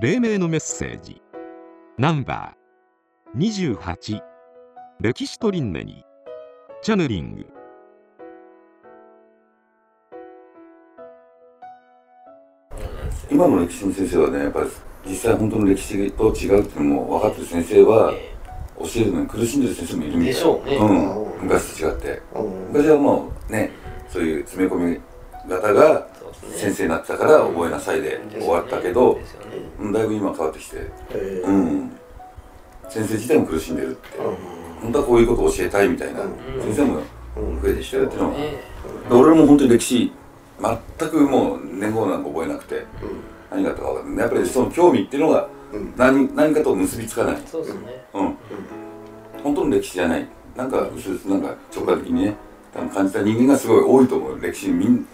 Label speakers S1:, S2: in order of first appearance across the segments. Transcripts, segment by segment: S1: 黎明のメッセージナンバー28歴史と輪廻にチャネリング
S2: 今の歴史の先生はねやっぱり実際本当の歴史と違うっていうのも分かってる先生は教えるのに苦しんでる先生もいるみたい
S3: でしょうね
S2: うん、昔と違って
S3: うん
S2: 昔はもうねそういう詰め込み方が
S3: そうですね
S2: 先生になってたから覚えなさいで終わったけど
S3: で、すよね
S2: うん、だいぶ今変わってきて、
S3: え
S2: う
S3: ー
S2: ん、先生自体も苦しんでるって、本当はこういうことを教えたいみたいな、先生も増えてきてるっていうのは、
S3: ね
S2: で俺も本当に歴史全くもう年号なんか覚えなくて、何があったか分かんないやっぱりその興味っていうのが何何かと結びつかない、
S3: そうですね
S2: うん本当の歴史じゃないなんか薄々なんか直感的にね多分感じた人間がすごい多いと思う歴史みん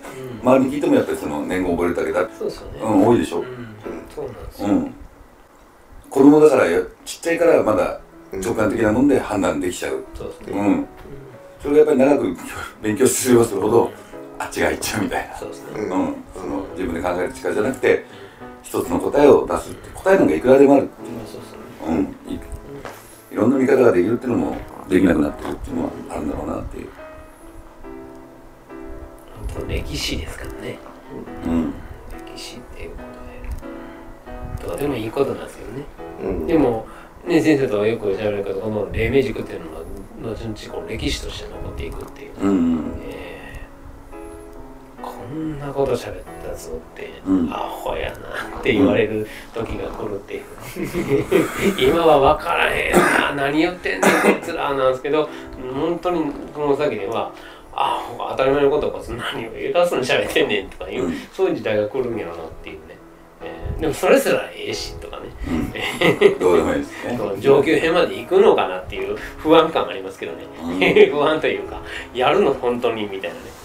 S2: 周りに聞いてもやっぱりその年号覚えるだけだって、
S3: そうですよね
S2: うん、多いでしょ、
S3: うんそうなんですよ
S2: うん、子供だからやちっちゃいからまだ直感的なもんで判断できちゃう、
S3: そうです
S2: う
S3: ね
S2: んそれがやっぱり長く勉強すればするほどあっちがいっちゃうみたいな、
S3: そうです
S2: う
S3: ね
S2: ん、その自分で考える力じゃなくて一つの答えを出すって答えなんかいくらでもある、
S3: そうですね
S2: うん、いいろんな見方ができるっていうのもできなくなってるっていうのはあるんだろうなっていう、
S3: 本当歴史ですからね
S2: うん、
S3: 歴史っていうことでとかでもいいことなんですけどねでもね先生とはよくおっしゃられるけどこの黎明塾っていうのが後々こう歴史として残っていくっていう
S2: うん
S3: えーこんなこと喋ったぞって、
S2: うん
S3: アホやなって言われる時が来るっていう 今は分からへんな何言ってんねんこいつらなんですけど本当にこの先ではアホが当たり前のことをこいつ何を偉そうに喋ってんねんとかいう、
S2: うん
S3: そういう時代が来るんやろなっていうね、えーでもそれすらええしとかね
S2: うん、 どうでもいいですね
S3: 上級編まで行くのかなっていう不安感ありますけどね、
S2: う
S3: 不安というかやるの本当にみたいなね、えー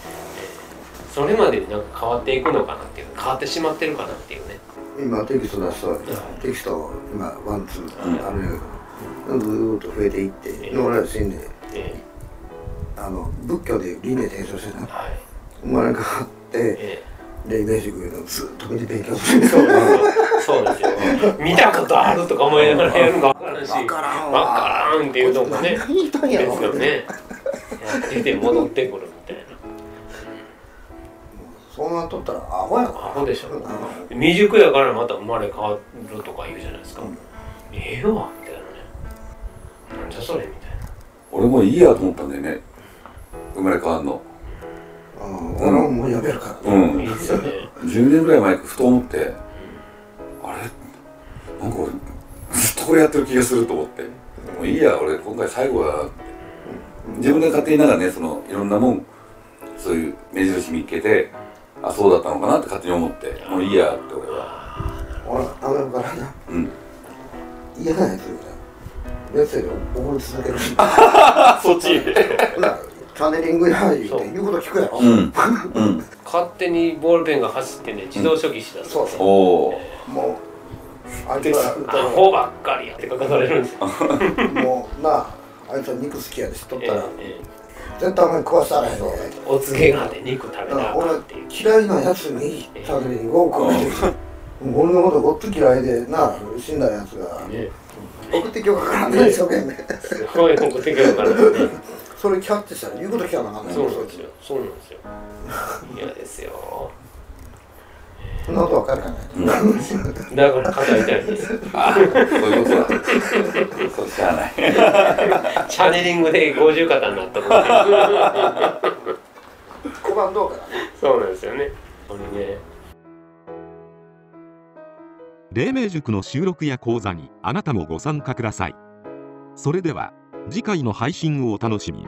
S3: それまでなんか変わっていくのかなっていう変わってしまってるかなっていうね
S4: 今テキスト出したわけです
S3: はい
S4: テキストを今ワンツー、
S2: うん
S4: あるよぐーっと増えていって、
S3: ええ
S4: で俺ら先生
S3: え
S4: あの仏教で輪廻転生してた
S3: ーはい
S4: 生まれ変わって
S3: え
S4: 霊媒師君のずーっと見て勉強する
S3: ーそうそうですよ 見たことあるとか思いながらやるのか分からんし
S4: わからん
S3: わ
S4: わ
S3: からんっていうのもね
S4: 何言いたんや
S3: で
S4: ろ
S3: すよねやってて戻ってくるみたいな
S4: そうなっとったらアホや
S3: ア
S4: な
S3: ホでしょ
S4: あの
S3: 未熟やからまた生まれ変わるとか言うじゃないですか、
S4: うん
S3: ええわみたいなねなんじゃそれみたいな
S2: 俺もういいやと思ったんだよね生まれ変わんの
S4: うん俺ももうやめるから
S2: うん
S3: いいですよね
S2: 10年ぐらい前ふと思って、あれなんか俺ずっとこれやってる気がすると思って、もういいや俺今回最後だなって、自分で勝手になんかねそのいろんなもんそういう目印見っけてあそうだったのかなって勝手に思ってもういいやって俺は
S4: 俺あめるからな
S2: うん
S4: 嫌なやつみたいなメッセージを怒り続けるし
S3: あそっち
S4: ほらチャネリングや言う
S3: そう
S4: て言うこと聞くやろ
S2: うんうん
S3: 勝手にボールペンが走ってね自動初期しだす、
S4: そうそ
S2: おお
S4: うもうあいつは
S3: アホばっかりやって書かされるんですよ
S4: もうなああいつは肉好きやで知っとっ
S3: え
S4: たら
S3: え
S4: 絶対お前食わしたらへんぞ
S3: お告げがあって肉食べな
S4: だか
S3: あ
S4: ら
S3: かんっていう
S4: 俺嫌いなやつにチャネリングを送ってきて俺のことごっつ嫌いでな死んだやつが
S3: ね
S4: 送ってきようからね一生懸命
S3: すごい僕的だからね
S4: それキャッチしたら言うこと聞かなあかんねん
S3: そうなんですよそうなんですよ嫌ですよ
S4: そんなこと分かるかね
S3: だから肩痛いんです
S2: あそういうことだそうしゃあない
S3: チャネリングで50肩になったもんね
S4: 5番どうかな
S3: そうなんですよね。これね、
S1: 黎明塾の収録や講座にあなたもご参加くださいそれでは次回の配信をお楽しみに